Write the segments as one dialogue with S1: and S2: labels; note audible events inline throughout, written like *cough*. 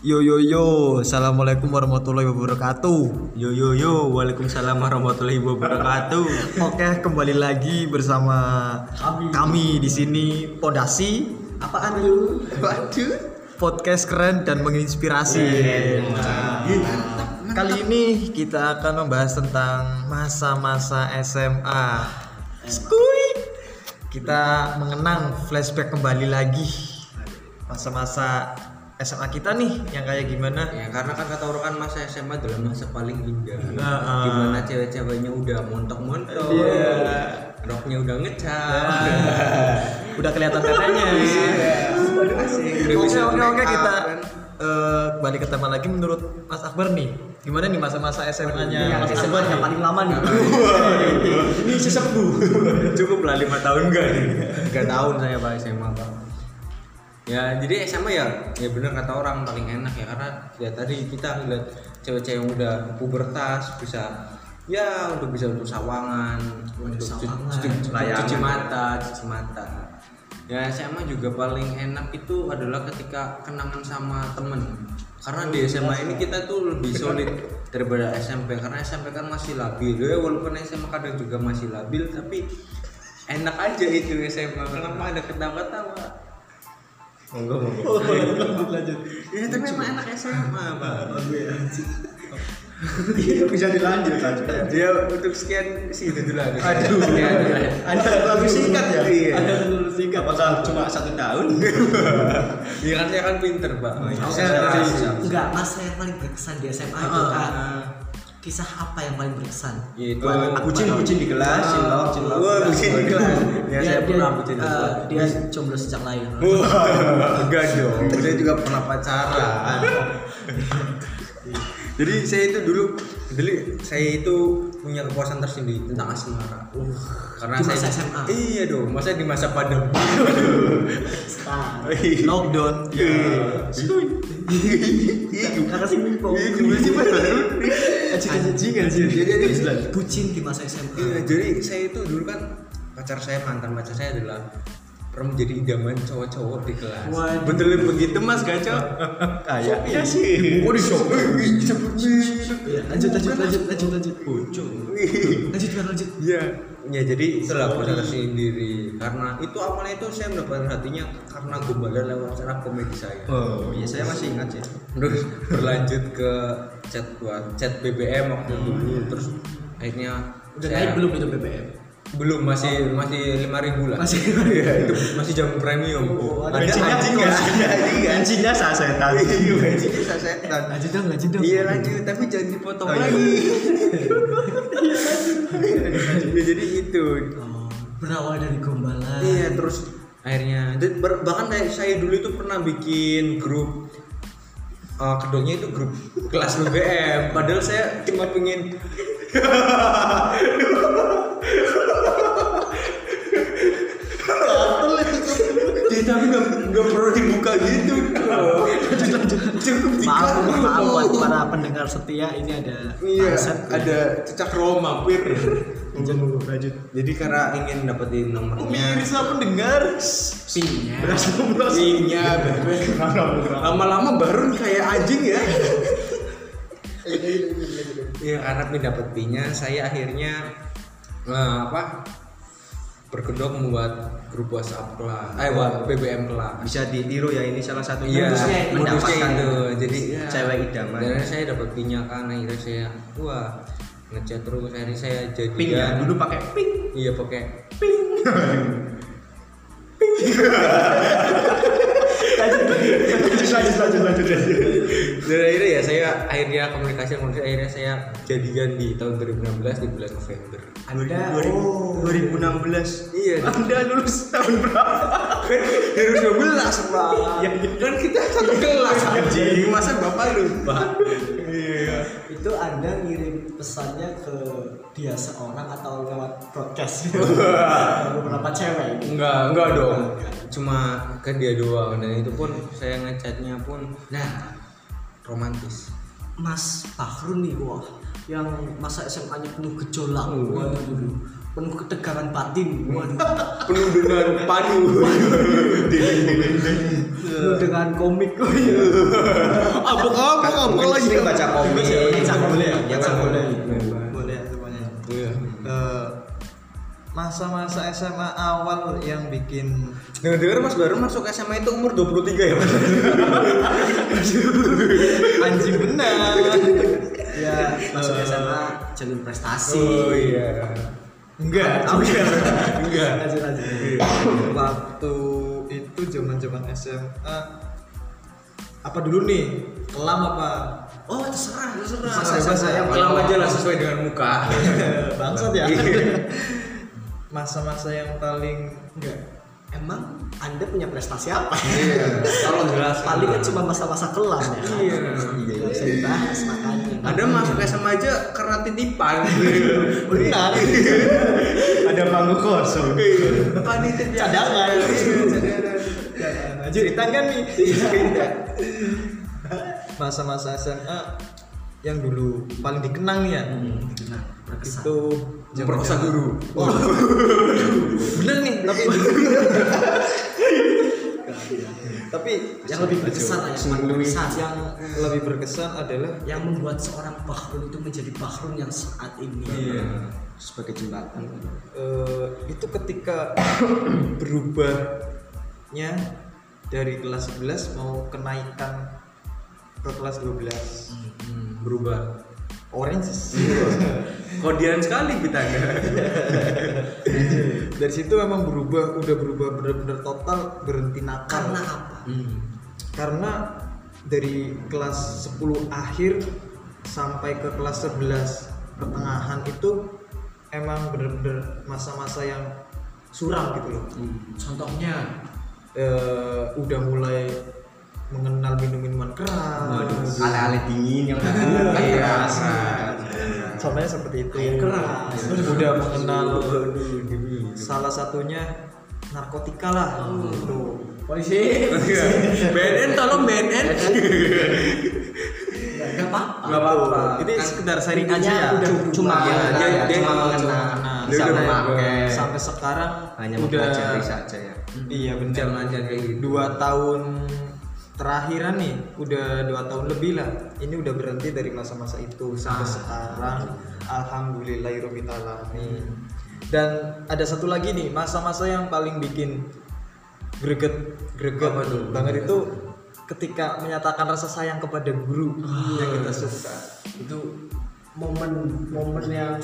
S1: Yo yo yo, assalamualaikum warahmatullahi wabarakatuh.
S2: Yo yo yo, waalaikumsalam warahmatullahi wabarakatuh.
S1: Oke, kembali lagi bersama kami, di sini Pondasi
S2: Apaan lu? Waduh.
S1: Podcast keren dan menginspirasi.
S2: Nah,
S1: Kali ini kita akan membahas tentang masa-masa SMA.
S2: Eh.
S1: Skui. Kita mengenang flashback kembali lagi masa-masa SMA kita nih yang kayak gimana?
S2: Ya, karena kan kata orang kan masa SMA adalah masa paling indah.
S1: Nah, ah.
S2: Gimana cewek-ceweknya udah montok-montok.
S1: Iya.
S2: Roknya udah ngecap.
S1: Udah kelihatan
S2: *laughs*
S1: tetenya.
S2: Asik. Udah
S1: Oke
S2: bisa
S1: oke
S2: make
S1: oke
S2: up,
S1: kita
S2: Iya. kan.
S1: eh, balik ke tema lagi menurut Mas Akbar nih gimana nih masa-masa
S2: Iya,
S1: SMA-nya Mas Akbar yang paling lama nih *laughs* ini sesepuh
S2: Cukup lah 5 tahun enggak nih. 3 tahun saya Pak SMA, Pak. Ya, jadi SMA ya, ya bener kata orang paling enak ya karena ya tadi kita ngeliat cewek-cewek yang udah pubertas bisa ya udah bisa untuk sawangan, untuk cu-
S1: sawangan,
S2: cu- cu-
S1: layangan.
S2: cuci mata, cuci mata. Ya SMA juga paling enak itu adalah ketika kenangan sama temen karena di SMA ini kita tuh lebih solid daripada SMP karena SMP kan masih labil ya walaupun SMA kadang juga masih labil tapi enak aja itu SMA kenapa ada ketawa-tawa monggo monggo
S1: lanjut lanjut
S2: ya Oh, tapi emang enak SMA pak
S3: bisa dilanjut lanjut
S2: dia untuk sekian sih itu dulu ya. aja
S1: Aduh.
S2: Sekian dulu aja.
S3: ada lagu singkat ya
S2: Iya.
S3: ada lagu singkat pasal cuma satu tahun
S2: Iya kan saya kan pinter pak ya.
S1: Oke,
S2: Saya
S1: oke.
S2: bisa.
S4: Enggak, masa yang paling berkesan di SMA itu Kak. Kisah apa yang paling berkesan?
S2: Yaitu
S3: bucin bucin di kelas cilok cilok
S2: Wah, bucin di kelas. Ya,
S4: dia,
S2: saya
S4: dia,
S2: pernah bucin di
S4: eh,
S2: kelas.
S4: dia jomblo sejak lahir.
S2: Wah, enggak
S4: *laughs*
S2: dong. Saya juga pernah pacaran. *laughs* Jadi saya itu dulu, jadi saya itu punya kepuasan tersendiri tentang asmara. Uh, karena
S4: Di masa SMA?
S2: Iya dong, masa di masa pandemi.
S4: *laughs* Iya.
S1: lockdown
S2: Iya.
S4: Kakak sih mimpo.
S2: Iya, gimana sih, Pak?
S1: anjing
S3: Iya,
S1: anjing
S2: Jadi ada
S4: Bucin di masa SMA.
S2: Iya, jadi saya itu dulu kan pacar saya mantan pacar saya adalah pernah menjadi idaman cowok-cowok di kelas.
S4: Waduh.
S2: Betul begitu mas gaco?
S4: *laughs*
S3: kayak
S2: Iya sih. Waduh, sok.
S4: Iya, lanjut lanjut lanjut lanjut lanjut. Lanjut Bang, lanjut.
S2: Iya. Ya jadi itulah proses sendiri karena itu awalnya itu saya mendapatkan hatinya karena gombalan lewat cara komedi saya.
S3: oh iya saya masih ingat sih
S2: terus berlanjut ke chat wa- chat BBM waktu itu terus akhirnya
S4: Udah
S2: saya-
S4: naik belum itu BBM?
S2: belum masih masih lima ribu lah
S4: Masih.
S2: Iya, itu masih jam premium ada anjing nggak? ada anjing nggak?
S3: Oh, ya? anjingnya sasetan
S2: Iya, anjingnya sasetan.
S4: Lanjut dong, lanjut dong.
S2: iya lanjut tapi jangan dipotong
S3: Oh, iya.
S2: lagi Ya, jadi itu
S4: Oh, Berawal dari gombalan.
S2: iya terus akhirnya dan ber- bahkan kayak saya dulu itu pernah bikin grup eh, kedoknya itu grup kelas BBM padahal saya cuma pengen Ya, tapi nggak nggak perlu dibuka gitu bro. cukup
S4: Maaf,
S2: dikat dulu.
S4: maaf buat para pendengar setia ini ada
S2: iya
S4: aset.
S2: ada cecak Roma pir
S3: lanjut lanjut Iya.
S2: jadi karena ingin dapetin nomornya
S3: pemirsa pendengar
S4: pinnya.
S3: belas
S2: Iya, lama-lama baru kayak anjing ya Iya karena pin dapet pinnya saya akhirnya eh, apa berkedok membuat grup WhatsApp kelas, eh buat BBM kelas.
S3: bisa ditiru ya ini salah satu
S2: Iya,
S4: Modusnya
S2: modusnya,
S4: itu.
S2: itu. Jadi ya,
S3: Cewek idaman.
S2: Dan akhirnya saya dapat pinnya kan akhirnya saya wah ngechat terus akhirnya saya jadi
S3: pink ya dulu pakai pink
S2: Iya pakai
S3: lanjut lanjut lanjut lanjut
S2: dan akhirnya ya saya akhirnya komunikasi komunikasi akhirnya saya jadian di tahun 2016 di bulan November.
S4: Ada. Oh.
S3: 2016
S2: Iya.
S3: Anda lulus tahun berapa?
S2: Kan 2012 pak.
S3: Iya, iya.
S2: Kan kita satu kelas anjing. Masa bapak lu pak? Iya.
S4: itu anda ngirim pesannya ke dia seorang atau lewat
S1: *laughs*
S4: broadcast beberapa cewek
S2: Enggak, enggak dong. Cuma ke dia doang dan itu pun saya ngechatnya pun nah romantis.
S4: Mas Bahrun nih wah yang masa SMA nya penuh gejolak
S1: Hmm.
S2: Oh.
S4: waduh dulu penuh ketegangan batin waduh
S2: Penuh dengan panu.
S4: penuh dengan komik. Oh iya.
S1: Apa apa apa
S2: Kan
S3: Mungkin
S1: lagi?
S3: sering baca komik.
S2: Iya,
S4: Baca boleh ya?
S3: Ya
S4: Baca
S3: kan?
S4: boleh.
S1: Boleh ya semuanya.
S2: Iya.
S1: Eh, Masa-masa SMA awal yang bikin
S2: Dengar-dengar Mas baru masuk SMA itu umur 23 ya Mas?
S1: anjing
S4: *laughs*
S1: benar. ya
S4: Masuk
S1: eh,
S4: SMA jalur prestasi.
S2: Oh iya.
S1: Enggak, enggak. Iya.
S4: Enggak. Lanjut lanjut.
S1: Waktu itu zaman-zaman SMA apa dulu nih? Kelam apa? *laughs*
S4: Oh terserah terserah.
S1: Masa
S4: Masa
S1: bebas
S4: saya
S1: ya?
S2: Kelam aja lah sesuai dengan muka.
S1: *laughs* Bangsat
S2: *laughs*
S1: ya.
S2: Iya.
S1: Masa-masa yang paling enggak
S4: Emang anda punya prestasi apa?
S2: Iya. Tolong jelas.
S4: Paling kan cuma masa-masa kelam ya. kan?
S2: Iya.
S4: Nggak bisa dibahas makanya.
S2: Ada masuk SMA aja karena titipan.
S1: *laughs* Iya. benar.
S3: Ada panggung kosong.
S2: Panitia Iya,
S1: Cadangan. *laughs* Juritan kan nih. Masa-masa SMA yang dulu paling dikenang nih ya.
S4: Nah, berkesan.
S1: Itu
S2: Memperkosa
S1: zaman-zaman-
S2: guru.
S1: Wah. Oh. *laughs* bener nih, tapi
S4: *laughs*
S1: tapi
S4: yang lebih berkesan lah, yang paling berkesan yang
S1: lebih berkesan adalah
S4: yang membuat seorang Bahrun itu menjadi Bahrun yang saat ini.
S2: Iya.
S4: Sebagai jembatan.
S1: eh, itu ketika *coughs* berubahnya dari kelas 11 mau kenaikan ke kelas 12
S2: Hmm, Berubah.
S1: oranges
S4: Iya.
S2: Kodian sekali Pitanda.
S1: *laughs* dari situ memang berubah udah berubah bener-bener total berhenti nakal
S4: Karena apa?
S1: Hmm. karena dari kelas 10 akhir sampai ke kelas 11 pertengahan itu emang bener-bener masa-masa yang suram gitu loh
S4: Hmm. Contohnya
S1: Eh, udah mulai mengenal minum-minuman keras
S2: Ale-ale dingin yang
S1: Iya,
S2: kan keras.
S1: contohnya seperti itu
S4: keras.
S1: udah mengenal salah satunya narkotika lah
S4: Oh.
S1: gitu
S4: polisi
S2: Iya. BNN tolong BNN.
S4: nggak apa-apa.
S2: Gak apa-apa.
S1: ini
S2: Kan
S1: sekedar sharing
S4: Intinya
S1: aja ya
S4: udah cuma
S2: Iya,
S4: mengenal,
S2: dia-
S4: ya,
S2: dia
S4: cuma
S2: cuma
S4: mengenal.
S1: Nah,
S2: Dia udah
S1: sampai,
S2: memakai.
S1: sampai sekarang
S2: Hanya
S1: udah-
S2: mempelajari saja ya.
S1: iya benar
S2: Jangan-jangan kayak gitu.
S1: dua tahun terakhiran nih udah dua tahun lebih lah ini udah berhenti dari masa-masa itu sampai sekarang alhamdulillahirobbil dan ada satu lagi nih masa-masa yang paling bikin greget greget
S2: Apa tuh?
S1: banget itu ketika menyatakan rasa sayang kepada guru yang kita suka
S4: Itu momen-momen yang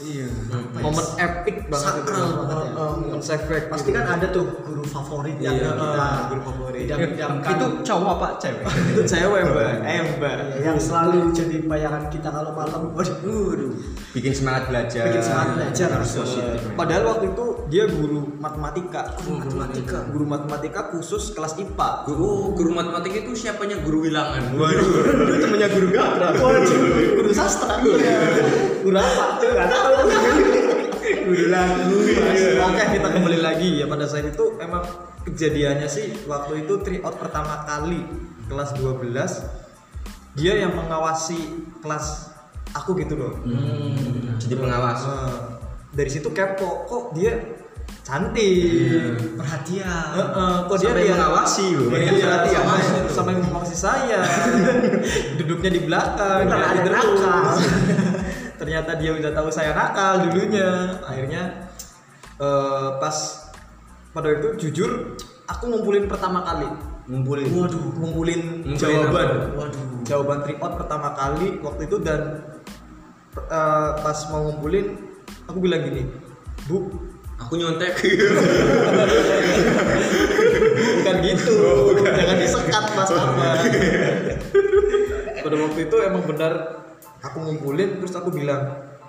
S2: Iya.
S4: apa ya,
S1: momen epic banget itu.
S4: sakral banget ya.
S1: Oh, oh, momen sacred
S4: Pasti
S1: gitu.
S4: kan ada tuh guru favorit yang
S2: Iya,
S4: kita
S1: ah, guru favorit.
S4: idam-idamkan.
S2: Itu cowok apa cewek?
S1: itu cewek mbak eh mbak
S4: Ya, yang selalu jadi bayangan kita kalau malam. Waduh,
S2: Bikin semangat belajar.
S4: Bikin semangat belajar.
S2: Harus positif.
S1: Padahal waktu itu dia guru matematika.
S4: iya, Guru matematika.
S1: Guru matematika khusus kelas IPA.
S2: Guru, guru matematika itu siapanya guru wilangan.
S3: Itu temennya guru gabra.
S4: guru sastra. Guru apa? Tuh nggak tahu.
S3: Guru lagu.
S1: Oke, kita kembali lagi ya pada saat itu emang kejadiannya sih waktu itu tryout pertama kali kelas 12 dia yang mengawasi kelas aku gitu loh. Hmm.
S2: Jadi pengawas.
S1: Eh, dari situ kepo kok dia cantik.
S4: Perhatian.
S1: Heeh, kok dia
S2: Iya. Sampai
S1: dia-
S2: mengawasi loh.
S1: Iya,
S2: Banyak
S1: sampai-
S2: perhatian.
S1: sampai mengawasi
S2: *laughs*
S1: saya. Duduknya di belakang,
S2: Iya,
S4: Bener,
S1: di
S4: ada
S1: terus.
S4: nakal.
S1: *laughs* Ternyata dia udah tahu saya nakal dulunya. Akhirnya eh, pas pada waktu itu jujur aku ngumpulin pertama kali.
S2: Ngumpulin.
S1: Waduh, ngumpulin,
S2: Ngumpulin
S1: jawaban.
S2: apa?
S1: Waduh, jawaban tryout pertama kali waktu itu dan eh, pas mau ngumpulin aku bilang gini, "Bu,
S2: Aku nyontek. *laughs*
S1: bukan Oh. gitu
S2: Oh,
S1: jangan disekat mas apa Iya. pada waktu itu emang benar aku ngumpulin terus aku bilang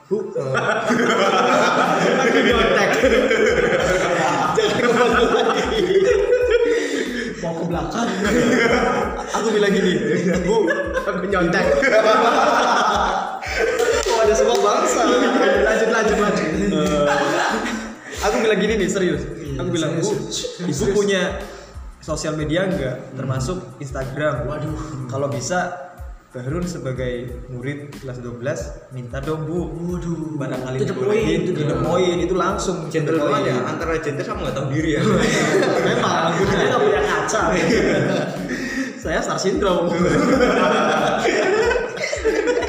S1: bu eh,
S3: Aku nyontek.
S1: jangan kemana lagi
S4: Mau ke belakang.
S1: aku bilang gini Iya, bu
S3: Aku nyontek.
S1: kok ada semua bangsa
S4: lanjut lanjut lanjut.
S1: aku bilang gini nih serius
S4: Iya,
S1: aku bilang bu ibu punya sosial media enggak termasuk Instagram
S4: Waduh.
S1: kalau bisa Bahrul sebagai murid kelas 12 minta dong bu
S4: Waduh.
S1: barangkali
S4: To the point,
S1: dibolehin,
S4: to the
S1: to the point. itu langsung to the
S2: Gender
S1: point.
S2: ya antara gender sama nggak tahu diri
S1: *laughs*
S2: ya.
S1: memang
S4: Anda
S1: benar.
S4: nggak punya kaca. Iya,
S1: ya. saya star syndrome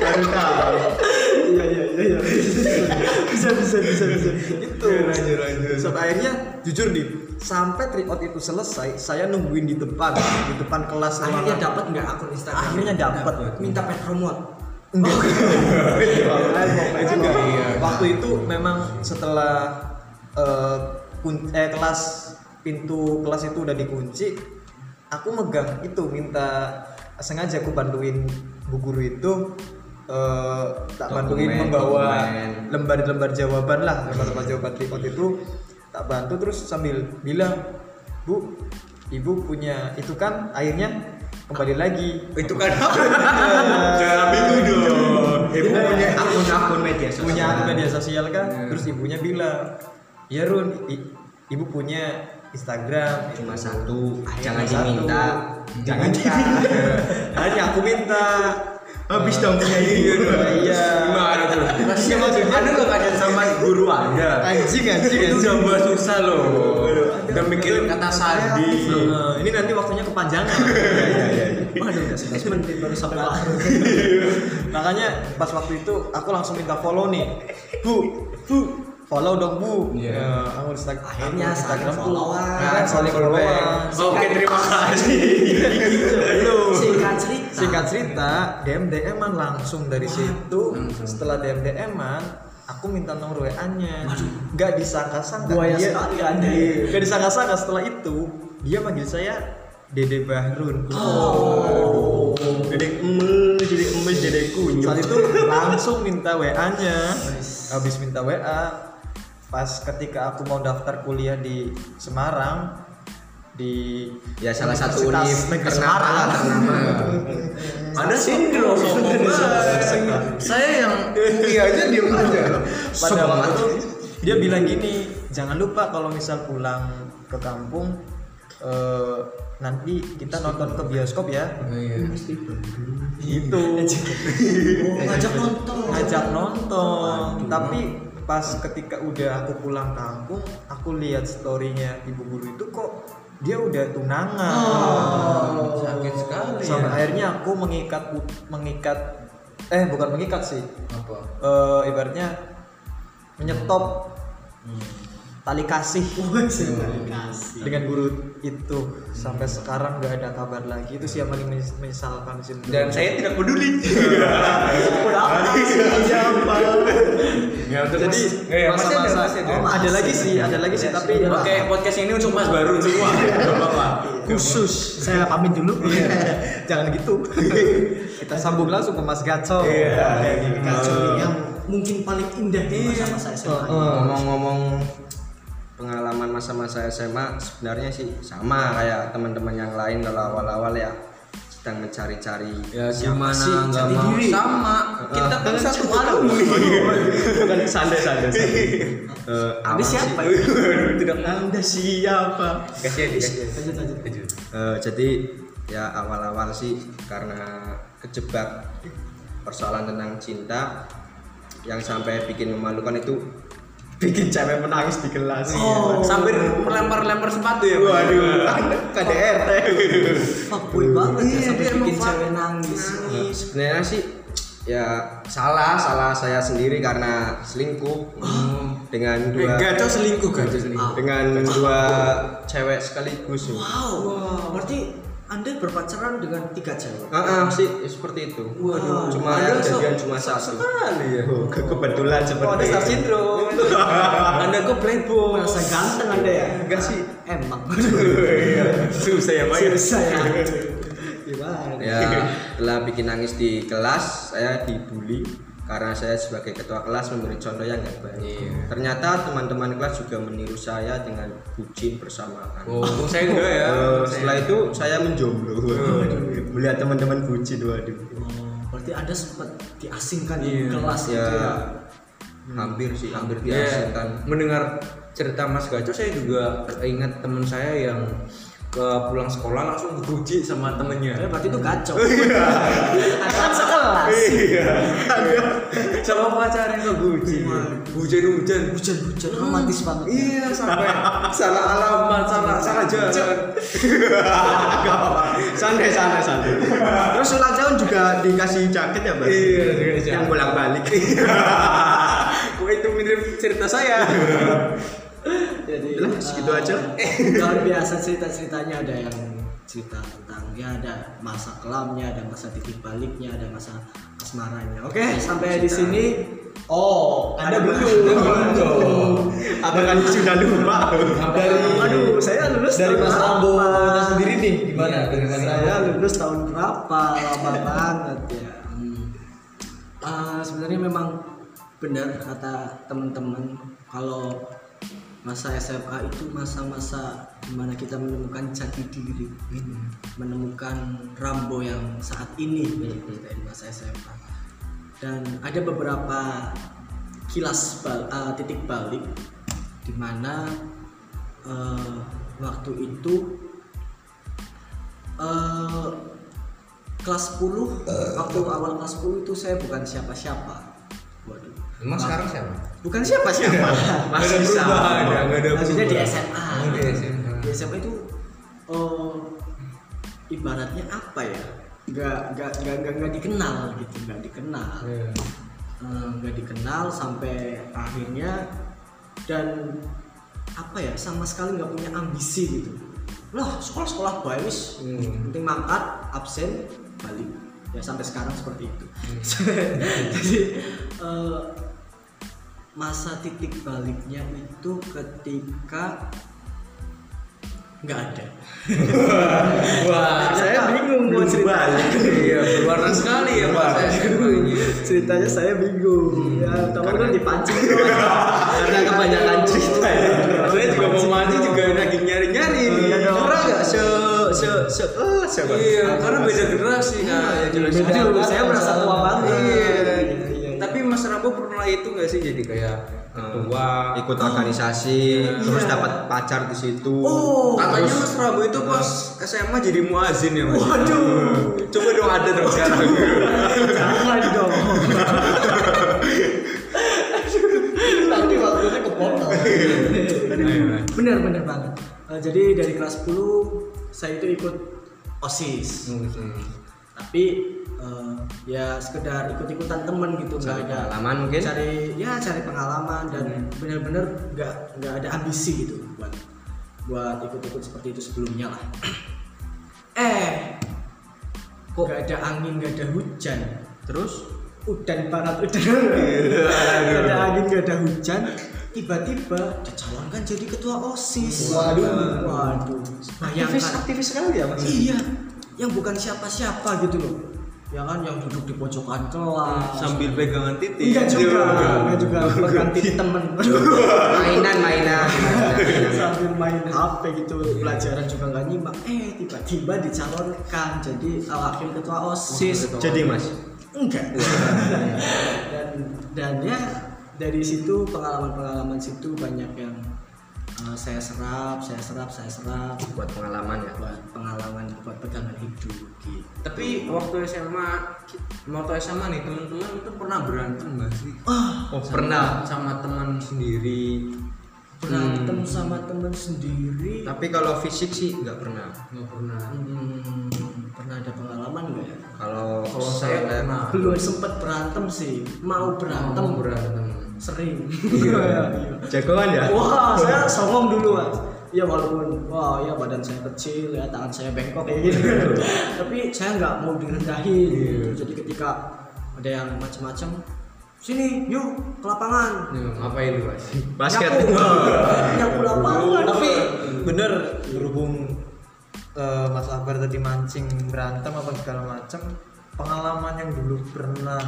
S3: Baru tahu. Iya iya iya iya.
S4: Bisa bisa bisa bisa.
S1: itu Sampai Gitu. akhirnya jujur nih sampai tryout itu selesai saya nungguin di depan di depan kelas
S4: Akhirnya
S1: ruangan.
S4: dapat nggak akun Instagram?
S1: Akhirnya gitu. dapat.
S4: Minta pet promote. Oh, iya.
S1: juga
S2: iya.
S1: waktu itu memang setelah eh, kun- eh, kelas pintu kelas itu udah dikunci aku megang itu minta sengaja aku bantuin bu guru itu eh, tak bantuin
S2: Dokumen,
S1: membawa
S2: dokumen.
S1: lembar-lembar jawaban lah lembar-lembar jawaban tripod itu tak bantu terus sambil bilang bu ibu punya itu kan akhirnya kembali lagi
S2: Itu kan
S1: Iya.
S2: apa? Jangan bingung dong.
S1: Ibu
S4: ya.
S1: punya
S3: akun-akun media
S1: punya
S2: Iya.
S1: akun media sosial kan terus ibunya bilang ya Run i- ibu punya Instagram
S2: Cuma satu, ah,
S1: Cuma
S2: jangan
S1: satu.
S2: diminta.
S1: jangan diminta hanya aku minta
S3: Habis dong punya ini.
S1: iya
S2: Gimana tuh?
S1: Iya, maksudnya-
S2: Ada nggak kajian sama guru Anda?
S1: anjing anjing
S2: Itu
S1: anjing
S2: gambar susah loh. Udah mikirin kata sandi.
S1: Eh, ini nanti waktunya kepanjangan
S4: Waduh, udah 11 menit baru sampai lah.
S1: makanya pas waktu itu aku langsung minta follow nih bu bu follow dong bu
S2: Iya.
S1: Eh, aku Insta-
S4: Akhirnya
S1: aku
S4: saling
S1: Instagramku.
S4: followan.
S1: Nah, saling followan
S2: Oke, terima kasih.
S1: Iya.
S4: Singkat cerita.
S1: Singkat cerita, DM DM-an langsung dari situ. Setelah DM DM-an, aku minta nomor WA-nya. Gak disangka-sangka
S4: Buaya
S1: dia.
S4: sekali Anda.
S1: Iya. Gak disangka-sangka setelah itu dia manggil saya Dede Bahrun.
S4: Oh.
S3: Jadi emel, jadi emel, jadi kunyuk.
S1: Saat itu langsung minta WA-nya. Habis minta WA, pas ketika aku mau daftar kuliah di Semarang di
S2: Ya salah satu
S1: Universitas
S2: univ
S1: Negeri
S2: ternama lah,
S1: Semarang.
S2: ternama. Anda sindrom sombong banget. Saya yang iya aja diem aja.
S1: pada
S2: Sombong
S1: waktu
S2: banget.
S1: itu dia bilang gini jangan lupa kalau misal pulang ke kampung eh, nanti kita nonton ke bioskop ya
S2: *laughs*
S1: gitu
S4: Oh, ngajak nonton.
S1: ngajak nonton tapi pas ketika udah aku pulang kampung aku lihat storynya ibu guru itu kok dia udah tunangan
S2: Oh, sakit sekali.
S1: sampai
S2: ya.
S1: akhirnya aku mengikat mengikat eh bukan mengikat sih
S2: Apa?
S1: eh, ibaratnya menyetop
S2: Hmm.
S1: tali
S2: *laughs*
S1: kasih
S2: Oh, iya.
S1: dengan guru itu sampai sekarang nggak ada kabar lagi itu sih yang paling menyes- menyesalkan sih
S2: Dan saya tidak peduli.
S3: Siapa?
S2: Ya, untuk
S1: jadi
S2: Mas- nggak ya, masih ada,
S1: masa-masa
S2: masih ada.
S1: oh, ada lagi sih ada lagi sih tapi
S2: Oke, podcast ini untuk Mas Baru semua. Enggak apa-apa.
S1: khusus
S4: Saya pamit dulu.
S1: jangan gitu *laughs* kita sambung langsung ke Mas Gaco
S4: Iya. Kacau yang mungkin paling indah di masa-masa SMA.
S5: Iya.
S2: ngomong-ngomong pengalaman masa-masa SMA sebenarnya sih sama kayak teman-teman yang lain kalau awal-awal ya sedang mencari-cari ya gimana
S5: Oh,
S2: nggak
S4: Jati
S2: mau
S4: diri.
S2: sama kita kan satu alumni
S3: Bukan santai santai. santai.
S2: Eh,
S4: Anda
S2: awal sih.
S4: siapa?
S2: tidak
S3: Anda siapa?
S2: kasih kasih
S4: Lanjut lanjut.
S2: Eh, jadi ya awal-awal sih karena kejebak persoalan tentang cinta yang sampai bikin memalukan itu
S3: Bikin cewek menangis di kelas.
S4: Oh.
S2: sambil melempar-lempar sepatu ya Bang?
S3: Waduh, KDRT.
S4: Fuckboy banget ya
S2: Iya,
S4: sampai
S2: dia
S4: bikin
S2: emang
S4: cewek
S2: fuck.
S4: nangis.
S2: Eh, sebenarnya sih ya salah salah saya sendiri karena selingkuh Oh, dengan dua
S4: Gacau selingkuh kan?
S5: Iya.
S2: dengan dua cewek sekaligus nih.
S4: Wow. Berarti Anda berpacaran dengan tiga cewek.
S2: Ah, ah, sih seperti itu.
S4: Waduh.
S2: cuma
S4: Anda sok-
S2: kejadian cuma satu. ya?
S3: Oh, ke- kebetulan
S1: oh ada
S3: seperti
S1: Star
S3: itu.
S1: Syndrome
S2: Anda kok playboy?
S4: Merasa ganteng Anda ya?
S2: Enggak sih.
S4: Emang.
S2: Susah ya, Pak.
S4: Susah ya. Gimana?
S5: Iya.
S2: Ya, telah bikin nangis di kelas, saya dibully karena saya sebagai ketua kelas memberi contoh yang nggak baik.
S5: Iya.
S2: Ternyata teman-teman kelas juga meniru saya dengan bucin bersamaan.
S5: Oh, saya enggak ya.
S2: Eh, setelah itu saya menjomblo. Waduh. Melihat teman-teman bucin, waduh.
S4: Oh, berarti Anda sempat diasingkan di
S5: Iya.
S4: kelas
S2: Ya,
S4: gitu ya.
S2: hampir sih, hampir
S4: Iya.
S5: Ya,
S2: diasingkan.
S5: mendengar cerita Mas Gaco saya juga ingat teman saya yang
S2: ke pulang sekolah langsung dipuji sama temennya
S4: Ya, berarti itu kacau *laughs*
S1: Kan sekelas.
S2: iya sama pacarnya ke guji hujan hujan
S4: hujan-hujan romantis
S1: ya.
S4: banget ya.
S2: iya sampai salah alamat salah salah jalan
S3: santai santai santai terus ulang tahun juga dikasih jaket ya mbak
S2: Iya, dikasih
S3: yang
S2: jaket.
S3: bolak
S5: *laughs*
S3: balik
S2: Wah, itu mirip cerita saya
S4: jadi
S3: Udah, segitu aja.
S4: eh, luar biasa cerita ceritanya ada yang cerita tentang dia ada masa kelamnya ada masa titik baliknya ada masa asmaranya oke sampai di sini
S1: Oh, Anda belum.
S3: apakah sudah lupa
S1: Dari
S4: aduh saya lulus
S1: dari
S4: tahun
S1: Mas Ambo
S4: berapa?
S1: kita sendiri nih gimana dari Mas
S2: Iya.
S4: saya lulus tahun berapa lama banget ya Hmm. Ah, sebenarnya memang benar kata teman-teman kalau masa SMA itu masa-masa dimana kita menemukan jati diri gitu. Hmm. menemukan Rambo yang saat ini dari masa SMA dan ada beberapa kilas bal- ah, titik balik dimana eh, waktu itu eh kelas 10 waktu awal kelas 10 itu saya bukan siapa-siapa waduh
S2: emang sekarang siapa
S4: bukan siapa-siapa
S2: Nggak ada perubahan, ya, nggak ada
S4: maksudnya di
S2: perubahan.
S4: SMA
S2: Oh, di SMA.
S4: Di SMA itu eh, ibaratnya apa ya nggak nggak nggak nggak, nggak dikenal gitu nggak dikenal Eh, nggak dikenal sampai akhirnya dan apa ya sama sekali nggak punya ambisi gitu loh sekolah-sekolah baik wis
S2: Hmm.
S4: penting mangkat absen balik ya sampai sekarang seperti itu Hmm. *laughs* jadi eh, masa titik baliknya itu ketika nggak *laughs* ada
S2: wah
S4: saya bingung mau cerita
S2: iya berwarna sekali ya pak
S4: ceritanya saya bingung ya teman-teman dipancing doang.
S3: karena kebanyakan cerita ya
S2: saya juga mau mandi juga lagi nyari nyari
S3: iya dong
S2: Orang nggak
S3: se se se eh, siapa
S2: Iya, karena beda generasi kan.
S4: beda
S1: Jujur,
S4: saya merasa tua banget
S2: Iya.
S4: iya.
S2: Tapi Mas Rambo pernah itu nggak sih jadi kayak eh, ketua
S3: ikut organisasi terus dapat pacar di situ
S4: Oh.
S2: Katanya Mas Rambo itu pas SMA jadi muazin ya Mas.
S4: Waduh.
S2: Coba dong ada dong sekarang.
S4: jangan dong
S1: Nanti waktunya kepotong.
S2: Ayo, ayo.
S4: bener bener banget Eh, jadi dari kelas 10 saya itu ikut osis tapi eh, ya sekedar ikut-ikutan temen gitu nggak ada
S3: pengalaman mungkin? Hmm.
S4: cari ya cari pengalaman dan benar-benar nggak nggak ada ambisi gitu buat buat ikut-ikut seperti itu sebelumnya lah *clears throat* eh kok nggak ada angin nggak ada hujan
S3: terus Iya,
S4: udan barat udan
S3: *laughs*
S4: nggak ada angin nggak ada hujan tiba-tiba dicalonkan jadi ketua osis
S1: Waduh.
S4: waduh
S3: aktivis
S4: bayangkan
S3: aktivis sekali ya mas
S4: Iya, yang bukan siapa-siapa gitu loh. Ya kan yang duduk di pojokan kelas.
S2: Sambil pegangan titik.
S4: Enggak juga, enggak juga *laughs* berganti temen.
S3: mainan mainan
S4: Sambil main HP gitu, pelajaran juga nggak nyimak. Eh, tiba-tiba dicalonkan jadi wakil ketua OSIS. Iya.
S3: jadi mas
S4: enggak. *laughs* dan dan ya dari situ pengalaman-pengalaman situ banyak yang eh, saya serap, saya serap, saya serap
S3: buat pengalaman ya
S4: buat pengalaman buat pegangan hidup gitu.
S2: Tapi waktu SMA, waktu SMA nih teman-teman itu pernah berantem nggak sih?
S3: oh
S2: Sama-
S3: pernah
S2: sama teman sendiri.
S4: pernah
S2: Hmm.
S4: ketemu sama teman sendiri
S3: tapi kalau fisik sih nggak pernah
S2: Nggak pernah.
S4: Hmm, pernah ada pengalaman nggak ya
S3: kalau
S2: Kalau saya pernah.
S4: belum sempet berantem sih Oh, mau berantem Iya.
S2: Mau berantem.
S4: sering *laughs*
S3: jagoan ya
S4: wah saya songong dulu mas ya walaupun wah ya badan saya kecil ya tangan saya bengkok kayak gitu *laughs* tapi saya nggak mau direndahin jadi ketika ada yang macam-macam sini yuk ke lapangan
S2: Nih, ngapain lu mas?
S3: basket
S4: *laughs* nyapu, nyapu lapangan
S1: Tapi bener berhubung eh, Mas Akbar tadi mancing berantem apa segala macam pengalaman yang dulu pernah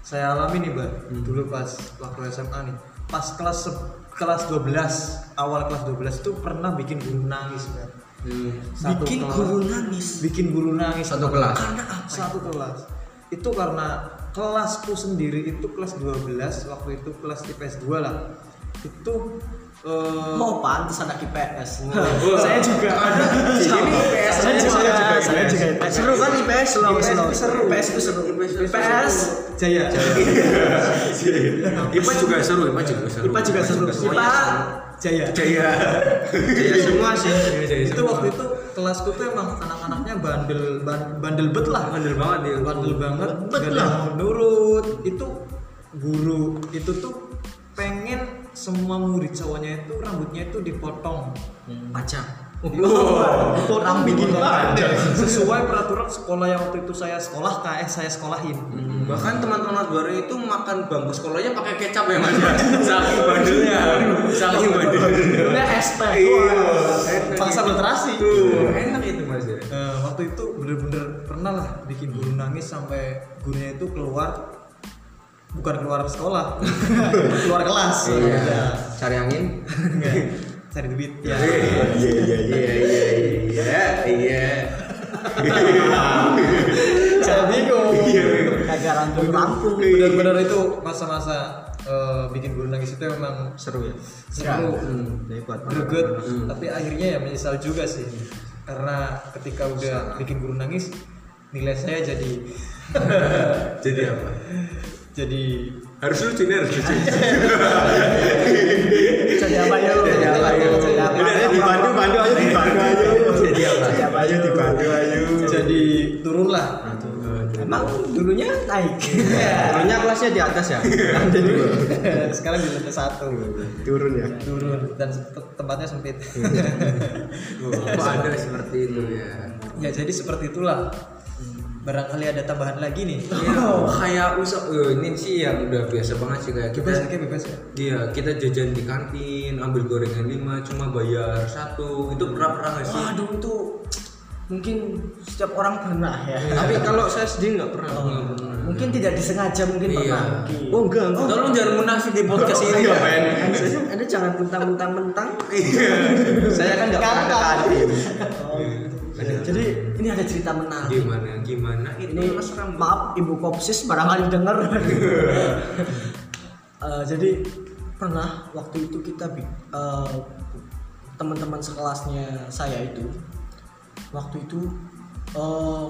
S1: saya alami nih, Mbak.
S4: Hmm.
S1: Dulu pas waktu SMA nih. Pas kelas se- kelas 12, awal kelas 12 itu pernah bikin guru nangis, Mbak. Satu
S4: bikin
S1: kelas-
S4: guru nangis
S1: bikin guru nangis
S3: satu kelas
S4: karena apa
S1: satu kelas itu karena kelasku sendiri itu kelas 12 waktu itu kelas IPS 2 lah itu
S3: Eh,
S4: mau pantas anak IPS
S3: *laughs* saya juga ada.
S2: Jadi IPS
S4: kan
S3: Saya juga,
S2: juga.
S3: saya juga.
S1: Eh, seru kan IPS slow
S3: IPS
S1: slow.
S3: itu seru.
S4: IPS itu seru
S2: IPS itu
S3: IPS Jaya.
S2: IPA juga seru, IPA juga seru.
S3: IPA juga seru.
S2: semuanya
S3: IPA Jaya.
S2: Jaya. *laughs* Jaya semua sih. Jaya
S1: Iya, Itu
S2: semua.
S1: waktu itu kelasku tuh emang anak-anaknya bandel ban- bandel bet lah.
S2: bandel banget dia.
S1: bandel banget
S4: Bet
S1: gak ada
S4: lah.
S1: yang mau nurut itu guru itu tuh pengen semua murid cowoknya itu rambutnya itu dipotong Iya,
S4: pajak
S1: dipotong bikin
S3: Dipotong.
S1: bandel sesuai peraturan sekolah yang waktu itu saya sekolah KS saya sekolahin
S2: Bahkan teman-teman baru itu makan bangku sekolahnya pakai kecap ya mas. *laughs* Saking bandelnya, saking bandelnya.
S1: Dulunya ST
S2: Iya.
S1: paksa literasi
S2: Tuh, enak itu mas ya.
S1: Eh, waktu itu bener-bener pernah lah bikin guru nangis sampai gurunya itu keluar bukan keluar sekolah *laughs* keluar kelas
S2: Iya. Cari angin.
S1: Enggak. cari duit ya
S2: Iya iya iya iya iya iya.
S1: Saya bingung.
S4: kagak rantung rampung
S1: Benar-benar iya. itu masa-masa eh, bikin guru nangis itu memang seru ya. Seru.
S5: Iya.
S4: hebat
S1: Greget.
S2: Hmm.
S1: Tapi akhirnya ya menyesal juga sih. Karena ketika udah bikin guru nangis, nilai saya jadi
S2: Jadi apa?
S1: jadi
S2: Harus lucu nih harus lucu.
S4: jadi apa yuk jadi apa yuk jadi apa ya.
S2: Udah,
S4: yuk?
S3: Dibantu, bantu aja dibantu aja.
S2: Jadi apa?
S4: Jadi apa ya.
S3: Ayo
S4: yuk?
S3: dibantu ayo.
S1: jadi turun lah. Iya.
S4: emang dulunya naik
S2: Dulunya kelasnya di atas ya.
S1: Sekarang di lantai satu.
S3: Turun ya.
S1: Turun dan te- tempatnya sempit.
S2: Kok ada seperti itu ya?
S1: ya jadi seperti itulah. Barangkali ada tambahan lagi nih.
S2: Iya, kayak usah eh, ini sih yang udah biasa banget sih kayak kita
S1: Bebas, oke bebas ya.
S2: Iya, kita jajan di kantin, ambil gorengan lima, cuma bayar satu. Itu pernah pernah nggak sih?
S4: aduh itu mungkin setiap orang pernah ya
S2: Tapi kalau saya sendiri nggak pernah. Oh, Nggak pernah.
S4: mungkin tidak disengaja mungkin
S2: Iya.
S4: pernah
S2: Oh,
S4: enggak
S2: Tolong jangan munafik di podcast ini. ya.
S3: Iya, men.
S4: anda jangan mentang-mentang mentang
S2: Iya.
S4: saya kan nggak pernah ke kantin
S2: Ada-
S4: jadi ini ada cerita menarik
S2: Gimana? Gimana? Itu
S4: ini
S2: mas Ram.
S4: maaf ibu kopsis barangkali dengar
S2: *laughs*
S4: Eh, jadi pernah waktu itu kita bi- eh, teman-teman sekelasnya saya itu waktu itu eh,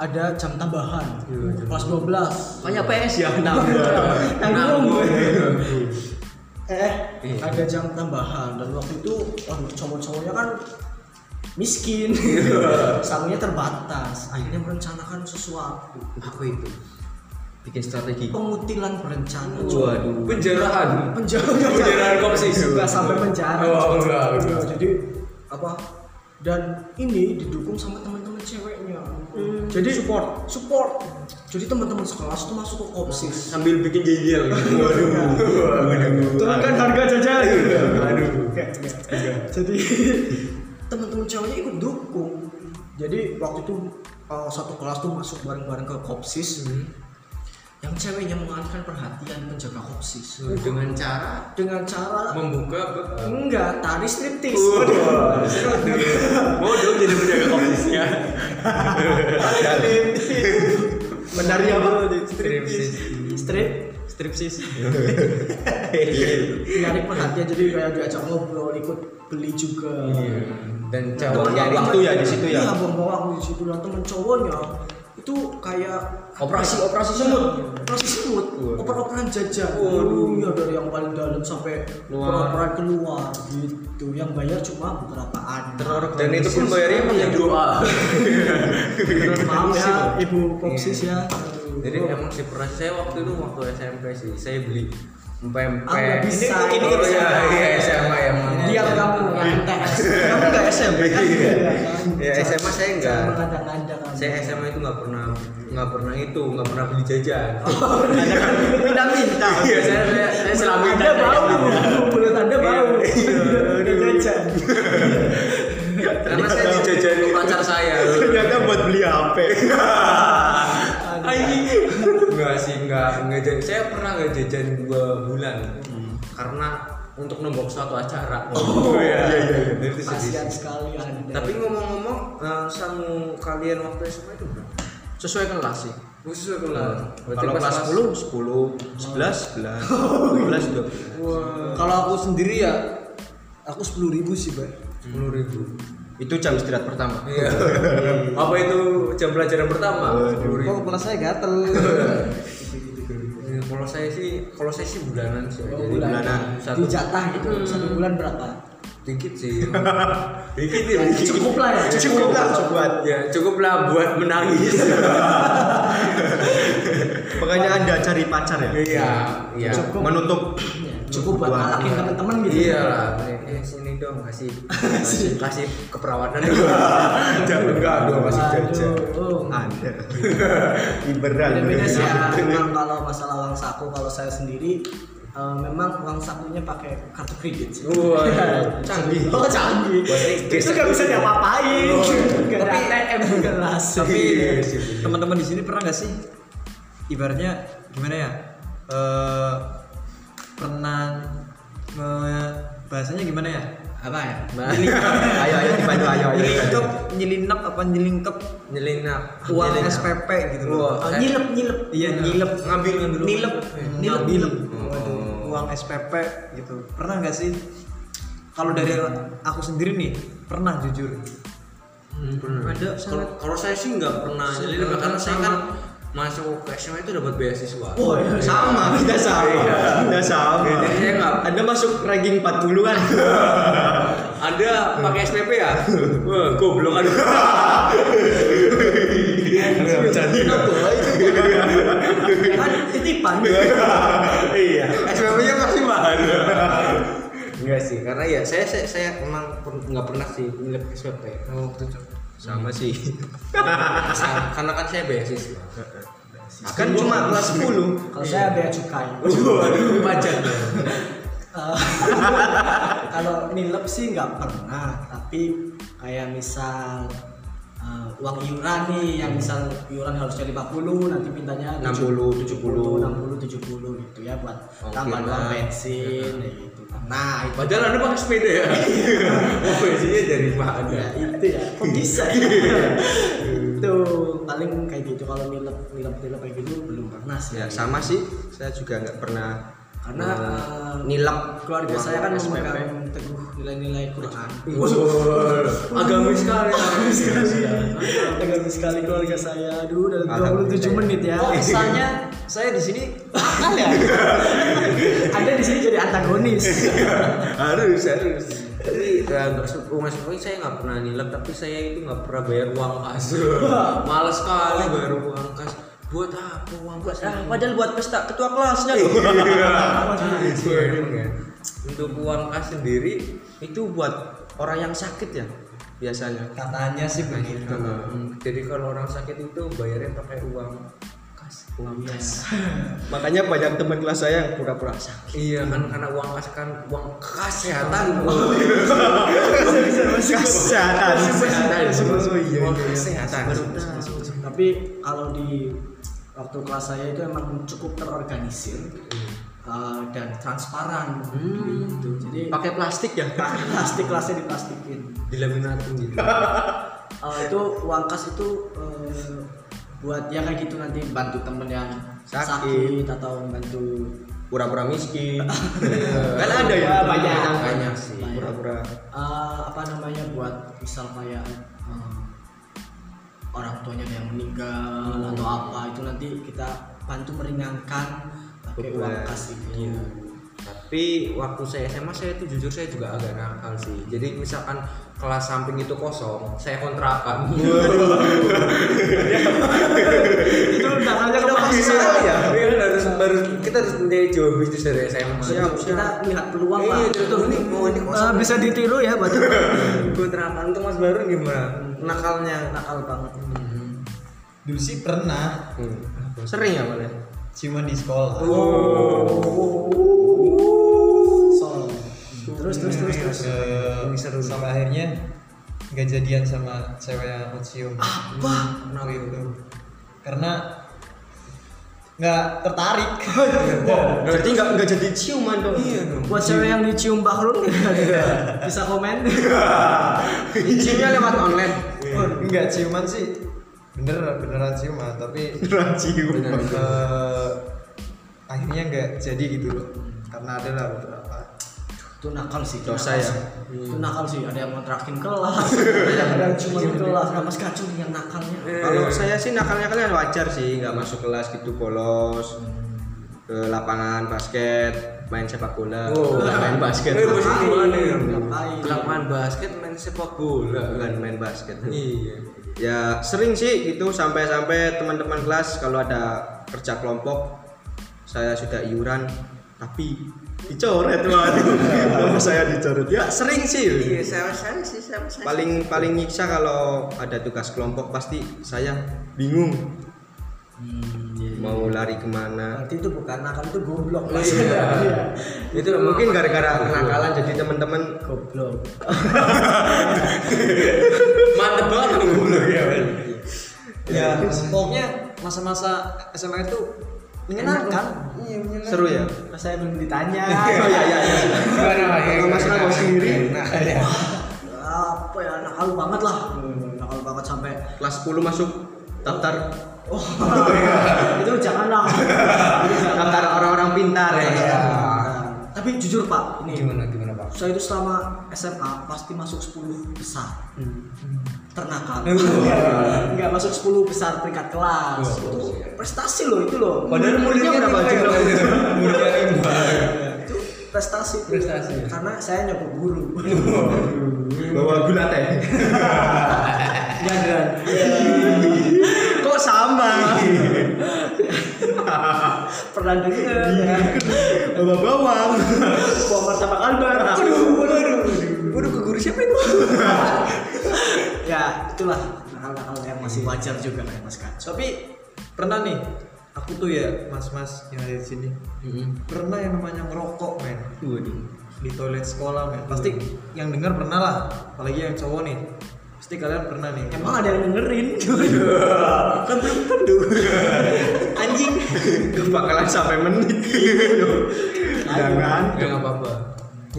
S4: ada jam tambahan
S2: Iya, jam
S4: kelas 12
S2: Kayak PS ya.
S4: Nah. Nanggung. eh
S2: Iya.
S4: ada jam tambahan dan waktu itu waduh cowok-cowoknya kan miskin
S2: Iya.
S4: sangunya terbatas akhirnya merencanakan sesuatu
S2: Aku itu Oh, bikin strategi.
S4: pengutilan berencana cuy.
S2: Waduh. Penjaraan.
S4: penjara
S2: Penjaraan kopsis.
S4: nggak sampai penjara
S2: Oh,
S4: cuy.
S2: enggak, enggak.
S4: Iya, jadi apa dan ini didukung sama teman-teman ceweknya jadi Hmm. support support jadi teman-teman sekelas itu masuk ke kopsis
S2: sambil bikin jengkel gitu. Waduh.
S4: kan
S3: Turunkan harga jajan.
S2: Aduh.
S4: Iya. jadi teman-teman ceweknya ikut dukung jadi waktu itu uh, satu kelas tuh masuk bareng-bareng ke kopsis yang ceweknya mengalihkan perhatian penjaga kopsis
S2: Dengan cara
S4: dengan cara
S2: membuka bab-
S4: enggak tari striptis
S2: Oh, dia jadi *laughs* penjaga komisinya.
S3: Menari
S2: Iya,
S3: apa?
S2: Stripsis.
S4: strip
S1: Stripsis.
S4: menarik perhatian jadi kayak diajak ngobrol ikut beli juga
S2: Iya. Dan
S4: Temen
S2: cowoknya
S4: cowoknya-
S2: waktu ya di situ
S4: iya
S2: ya.
S4: buang-buang waktu di situ dan temen cowoknya itu kayak
S2: Operasi- operasi
S4: semut
S2: semut.
S4: operasi semut
S2: Waduh.
S4: oper-operan jajan
S2: Waduh.
S4: Iya, dari yang paling dalam sampai
S2: Luar.
S4: oper-operan keluar gitu yang bayar cuma Iya. beberapaan
S2: Dan itu pun bayarnya ya? pakai doa.
S4: maaf ya ibu popsis ya
S2: Jadi emang sih pernah saya waktu itu waktu SMP sih saya beli
S4: Ah, nggak
S2: pempek.
S4: bisa.
S2: Ini- ini
S4: Oh,
S2: bisa.
S4: iya,
S2: Iya SMA ya.
S4: diam kamu ngantes kamu nggak SMP kan
S2: Iya. Ya,
S4: Jangan-
S2: SMA saya nggak.
S4: jangan mengandang-andang kamu.
S2: Saya SMA itu nggak pernah nggak pernah itu nggak pernah beli jajan.
S4: minta-minta
S2: *laughs* Iya saya saya, saya selama
S4: Anda bau, Iya, mulut Anda bau. Udah jajan.
S2: Karena saya dijajani pacar saya.
S3: Ternyata buat beli HP.
S2: Anjing. Enggak sih, enggak enggak jajan. Saya pernah enggak jajan dua bulan. Karena untuk nembok suatu acara. Oh, iya iya iya. Itu sedih.
S4: Kasihan sekali Anda.
S2: Tapi ngomong-ngomong, eh, sangu kalian waktu SMA itu berapa?
S4: sesuai kelas sih
S2: khusus aku lah Berarti
S4: kalau
S2: pas
S4: kelas
S2: 10 10 11 11 12
S4: kalau aku sendiri ya aku sepuluh ribu sih bay
S2: sepuluh ribu
S1: Itu jam istirahat pertama.
S2: iya *laughs* apa itu jam pelajaran pertama sepuluh ribu
S4: kok kepala saya
S2: *laughs*
S4: gatel Iya,
S2: Ya, kalau saya sih kalau saya sih bulanan sih
S4: Oh,
S2: jadi
S1: bulanan.
S2: satu
S4: dijatah gitu satu bulan berapa
S2: dikit
S1: *laughs*
S2: sih dikit ya
S4: cukup lah ya
S1: Cukup lah buat.
S2: ya cukup lah buat menangis
S1: Iya. Makanya Anda cari pacar ya.
S2: iya iya
S4: Cukup.
S1: Menutup
S4: Ya, cukup buat
S1: Buat-
S4: ngalahin teman-teman gitu
S2: iya lah eh sini dong kasih kasih kasih
S1: *laughs*
S2: keperawatan dulu
S1: jam enggak dua masih jam jam.
S4: Aduh.
S1: Ada. Iberan.
S4: beda-beda sih ya memang kalau masalah uang saku kalau saya sendiri eh, memang uang sakunya pakai kartu kredit sih *laughs*
S2: wah Oh, canggih
S4: oh canggih itu gak bisa diapa-apain gak ada ATM juga lah
S2: tapi iya.
S1: Teman-teman di sini pernah nggak sih? Ibaratnya gimana ya? Eh, pernah me- bahasanya gimana ya?
S4: apa ya
S1: ayo ayo dibantu ayo ayo. Ah,
S2: Nyelingkep.
S1: nyelinap apa nyelingkep
S2: nyelinap
S1: uang
S2: Nyelinap.
S1: SPP gitu
S2: Wah.
S1: loh.
S4: Oh, nyilep nyilep
S1: Iya nyilep
S2: ngambil ngambil uang.
S1: nilep
S2: Iya.
S1: nilep Oh.
S4: Ngambil.
S1: nilep Waduh, uang SPP gitu pernah nggak sih kalau dari aku sendiri nih pernah jujur
S2: Hmm, bener.
S1: Ada
S2: Kalau-
S1: sangat-
S2: kalau saya sih nggak pernah nyelinap
S1: Sama.
S2: karena saya kan masuk ke SMA itu dapat beasiswa
S4: oh iya.
S1: *laughs* sama kita sama kita sama
S2: Bedanya nggak
S1: anda masuk ranking 40 *laughs* an
S2: Ada pakai SPP ya? Wah, goblok aduh. Iya,
S4: kan titipan
S2: Iya. SPP-nya pasti mahal. Enggak sih, karena ya saya saya, saya emang per- nggak pernah sih nilai SPP.
S1: waktu itu
S2: Sama sih. karena kan saya beasiswa.
S1: kan cuma kelas 10
S4: kalau saya bea cukai
S2: Oh. Waduh, pajak.
S4: Eh, *laughs* kalau nilep sih nggak pernah tapi kayak misal eh, uang iuran nih yang misal iuran harusnya 50 nanti mintanya
S2: 60,
S4: 60 70 gitu ya buat
S2: Uang
S4: tambahan uang
S2: iuran.
S4: bensin ya gitu nah itu
S2: Padahal Anda pakai sepeda ya. Oh, bensinnya dari mana?
S4: ya itu ya kok bisa
S1: *laughs*
S4: ya itu paling kayak gitu kalau nilep nilep nilep kayak gitu belum pernah sih
S1: ya sama sih saya juga nggak pernah
S4: karena eh,
S1: nilep
S4: keluarga saya kan memegang teguh nilai-nilai Quran
S2: Agamis sekali.
S4: Agamis Hmm. sekali. Agamis sekali keluarga saya. Aduh, udah 27 menit ya.
S1: oh misalnya saya di sini
S4: Mahal *laughs* ya? Anda di sini jadi antagonis.
S1: *laughs*
S2: harus harus tapi ya, nggak su- rumah sekolah saya nggak pernah nilep tapi saya itu nggak pernah bayar uang
S1: *laughs*
S2: kas males sekali bayar uang kas buat apa uang kas Iya. ah padahal buat pesta ketua kelasnya
S1: *laughs*
S2: loh untuk uang kas sendiri itu buat orang yang sakit ya biasanya
S1: katanya sih begitu
S2: Hmm, jadi kalau orang sakit itu bayarnya pakai uang kas uang kas
S1: makanya banyak teman kelas saya yang pura-pura sakit *laughs*
S2: iya kan karena uang kas kan uang
S1: Oh,
S2: kesehatan
S1: iya. kesehatan
S2: kesehatan
S1: Oh, iya,
S2: Uang
S1: iya.
S2: kesehatan
S4: Nah, Tapi kalau di waktu kelas saya itu emang cukup terorganisir uh, dan transparan
S2: Hmm,
S4: gitu. Jadi
S1: pakai plastik ya *laughs*
S4: plastik kelasnya diplastikin.
S2: dilaminatin *laughs* gitu
S4: Uh, itu uang kas itu uh, buat ya kayak gitu nanti bantu temen yang
S1: Sakit.
S4: sakit atau bantu
S1: pura-pura miskin
S2: Iya.
S1: kan ada ya
S4: banyak.
S2: banyak sih
S4: Banyak.
S1: pura-pura
S4: Eh, apa namanya buat misal kayak eh, orang tuanya ada yang meninggal atau apa itu nanti kita bantu meringankan pakai uang
S1: Beban.
S4: kas itu
S2: Iya. tapi waktu saya SMA saya itu jujur saya juga agak nakal sih jadi misalkan kelas samping itu kosong saya *laughs* kontrakan Iya.
S4: itu tangannya
S2: Udah
S4: kemana
S2: pasti
S4: ya,
S2: ya Iya, kan harus baru kita harus mencari jawab bisnis dari SMA
S4: Siap, kita lihat peluang
S2: Iya,
S4: lah
S2: iya,
S4: Itu-
S2: ini- oh, ini kosong.
S4: Eh, bisa ditiru ya buat
S2: kontrakan tuh mas baru gimana
S4: nakalnya nakal banget
S1: dulu sih pernah
S2: Hmm. sering ya boleh
S1: ciuman di sekolah
S4: Oh,
S2: Oh.
S4: so terus terus terus terus
S1: Iya, Ke- sampai akhirnya nggak jadian sama cewek yang aku cium
S4: apa
S1: kenapa
S2: gitu.
S1: itu karena nggak
S4: *laughs*
S1: tertarik
S4: Oh, iya.
S1: *laughs* Iya. berarti nggak nggak jadi ciuman dong iya dong
S4: buat cewek yang dicium bahrun bisa komen
S2: izinnya lewat online
S4: Oh,
S1: nggak ciuman sih bener beneran ciuman tapi
S3: Beneran cium.
S1: eh, akhirnya nggak jadi gitu loh karena ada lah beberapa
S4: itu nakal sih itu
S1: Dosa
S4: nakal
S1: ya?
S4: sih. itu nakal sih ada yang ngontrakin kelas ada yang cuma di kelas sama mas kacung yang nakalnya
S5: Kalau saya sih nakalnya kalian wajar sih, nggak masuk kelas gitu bolos ke lapangan basket, main sepak bola,
S1: Oh.
S5: Nggak main basket,
S2: Eh, positif banget ya.
S4: Ngapain?
S2: Lapangan basket main sepak bola.
S5: bukan main basket.
S2: Iya.
S5: Ya sering sih itu sampai-sampai teman-teman kelas kalau ada kerja kelompok saya sudah iuran tapi dicoret
S2: *laughs*
S5: waduh nama saya dicoret ya sering sih
S2: sama Iya, saya sih sama saya.
S5: paling paling nyiksa kalau ada tugas kelompok pasti saya bingung
S2: Hmm,
S5: mau lari kemana
S4: berarti itu bukan nakal itu goblok mas
S2: Iya.
S5: itu mungkin gara-gara kenakalan jadi teman-teman
S4: goblok
S2: Mantep banget kan? lu dulu ya. Bel.
S1: ya pokoknya masa-masa SMA itu menyenangkan iya menyenangkan
S5: seru ya
S4: saya belum ditanya
S5: oh ya ya ya Kalau mas Nago sendiri
S2: Nah.
S4: apa ya nakal banget lah nakal banget sampai
S5: kelas 10 masuk daftar
S4: oh itu janganlah Itu jangan.
S5: daftar orang-orang pintar ya
S4: tapi jujur pak
S2: Nah,
S4: ini
S2: iya. Gimana gimana Pak?
S4: saya itu selama SMA pasti masuk 10 besar
S5: Hmm.
S4: ternakal nggak masuk 10 besar peringkat kelas itu prestasi loh itu loh
S5: Padahal muridnya berapa jumlah?
S2: Muridnya lima.
S4: itu prestasi itu.
S2: Prestasi. Iya.
S4: karena saya nyokok guru
S5: bawa gula teh
S4: jangan
S5: kok sama
S4: pernah dengar
S5: bawa bawang
S4: bawa martabak albar aduh aduh aduh aduh ke guru siapa itu ya itulah nakal-nakal yang masih wajar juga kayak mas Kak
S1: tapi pernah nih aku tuh ya mas-mas yang ada di sini
S2: Hmm.
S1: pernah yang namanya ngerokok men
S5: Waduh.
S1: di toilet sekolah men pasti yang dengar pernah lah apalagi yang cowok nih pasti kalian pernah nih
S4: emang ada yang dengerin
S1: kan belum tentu anjing
S5: Gak bakalan sampai menit jangan
S2: Ya enggak apa-apa.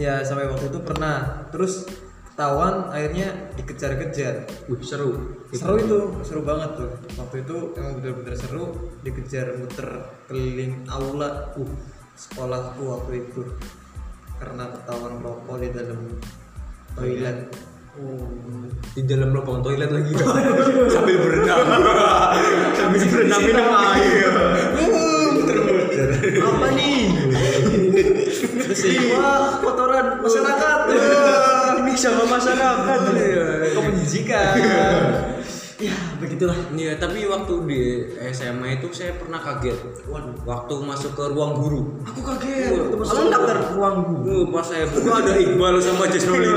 S1: ya sampai waktu itu pernah terus ketahuan akhirnya dikejar-kejar
S5: Wih, seru
S1: seru itu seru banget tuh waktu itu emang bener-bener seru dikejar muter keliling aula uh sekolahku waktu itu karena ketahuan rokok di dalam toilet
S4: Iya.
S5: di dalam lubang toilet lagi
S2: *laughs*
S5: sambil berenang sambil berenang minum
S2: Iya.
S5: air
S1: apa nih
S4: wah kotoran masyarakat
S5: ini sama masyarakat
S1: Iya,
S4: iya.
S1: kok menjijikan
S4: ya begitulah
S2: Iya, tapi waktu di SMA itu saya pernah kaget. Waduh, waktu masuk ke ruang guru.
S4: aku kaget
S2: Wah,
S4: Terus-
S2: kamu daftar
S4: ruang guru
S2: Uh, pas saya buka ada Iqbal sama
S4: Iya,
S2: Jasnolini.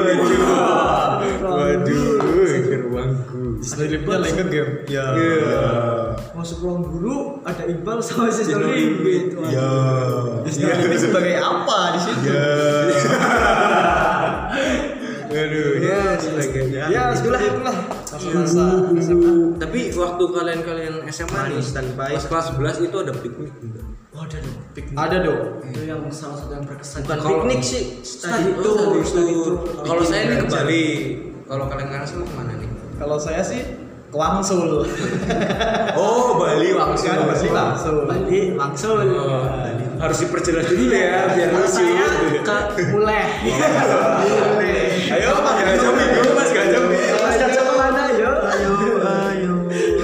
S5: waduh ke ruang gua.
S1: Selipnya lengket game. Ya.
S4: Iya. masuk ruang guru ada iqbal sama si
S2: Jasnolini.
S5: ya
S1: Iya. Ini sebagai apa di situ? *laughs*
S5: waduh ya sebagainya
S1: Ya, itulah itulah. Masa-masa SMA.
S2: Tapi waktu kalian-kalian SMA nih,
S5: Manis dan baik.
S2: pas kelas 11 itu ada piknik enggak?
S4: oh ada dong piknik
S1: Ada dong.
S4: itu yang salah satu yang berkesan
S2: Bukan
S4: Kalau-
S2: piknik
S5: sih,
S4: study
S2: Oh,
S4: tour,
S2: study
S4: study
S2: tour.
S4: tour.
S2: Kalau saya ini ke
S5: Bikin
S2: Bali. Kalau kalian kalian semua kemana nih?
S1: Kalau saya sih ke Wangsul.
S2: Oh, Bali langsung.
S1: Kan pasti Wangsul.
S4: Bali langsung
S2: Iya, harus diperjelas dulu ya biar
S4: Kalau
S2: lucu.
S4: saya ke mulai
S2: Iya, Ayo, Mas Gajah Minggu, Mas Gajah Minggu.
S4: Mas Caca kemana yo ayo ayo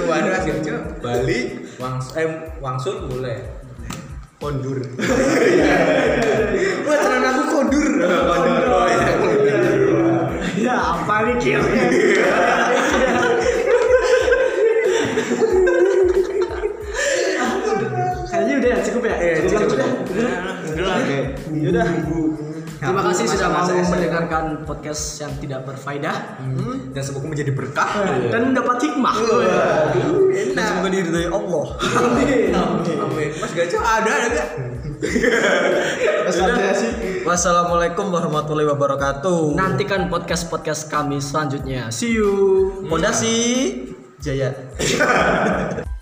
S2: Waduh, Mas Gajah. Bali, Wangs eh, Wangsul mulai.
S5: kondur
S2: Wah, celana aku kondur. *laughs* Kondur. Oh, iya.
S4: ya apa nih kira
S2: Iya.
S4: kayaknya udah ya, cukup ya
S2: Iya, Eh,
S4: cukup lah, cukup. Udah.
S5: oke
S4: Yaudah. Terima kasih sudah mau
S5: Masa-masa SMA.
S4: mendengarkan podcast yang tidak berfaedah
S5: dan semoga menjadi berkah
S2: Iya.
S4: dan mendapat hikmah.
S1: Iya. Enak. ya. Semoga diridhoi Allah.
S2: Amin. Mas Gajah ada ada
S1: *laughs*
S2: nggak?
S1: Wassalamualaikum warahmatullahi wabarakatuh.
S4: Nantikan podcast-podcast kami selanjutnya. See you.
S1: Pondasi Jaya.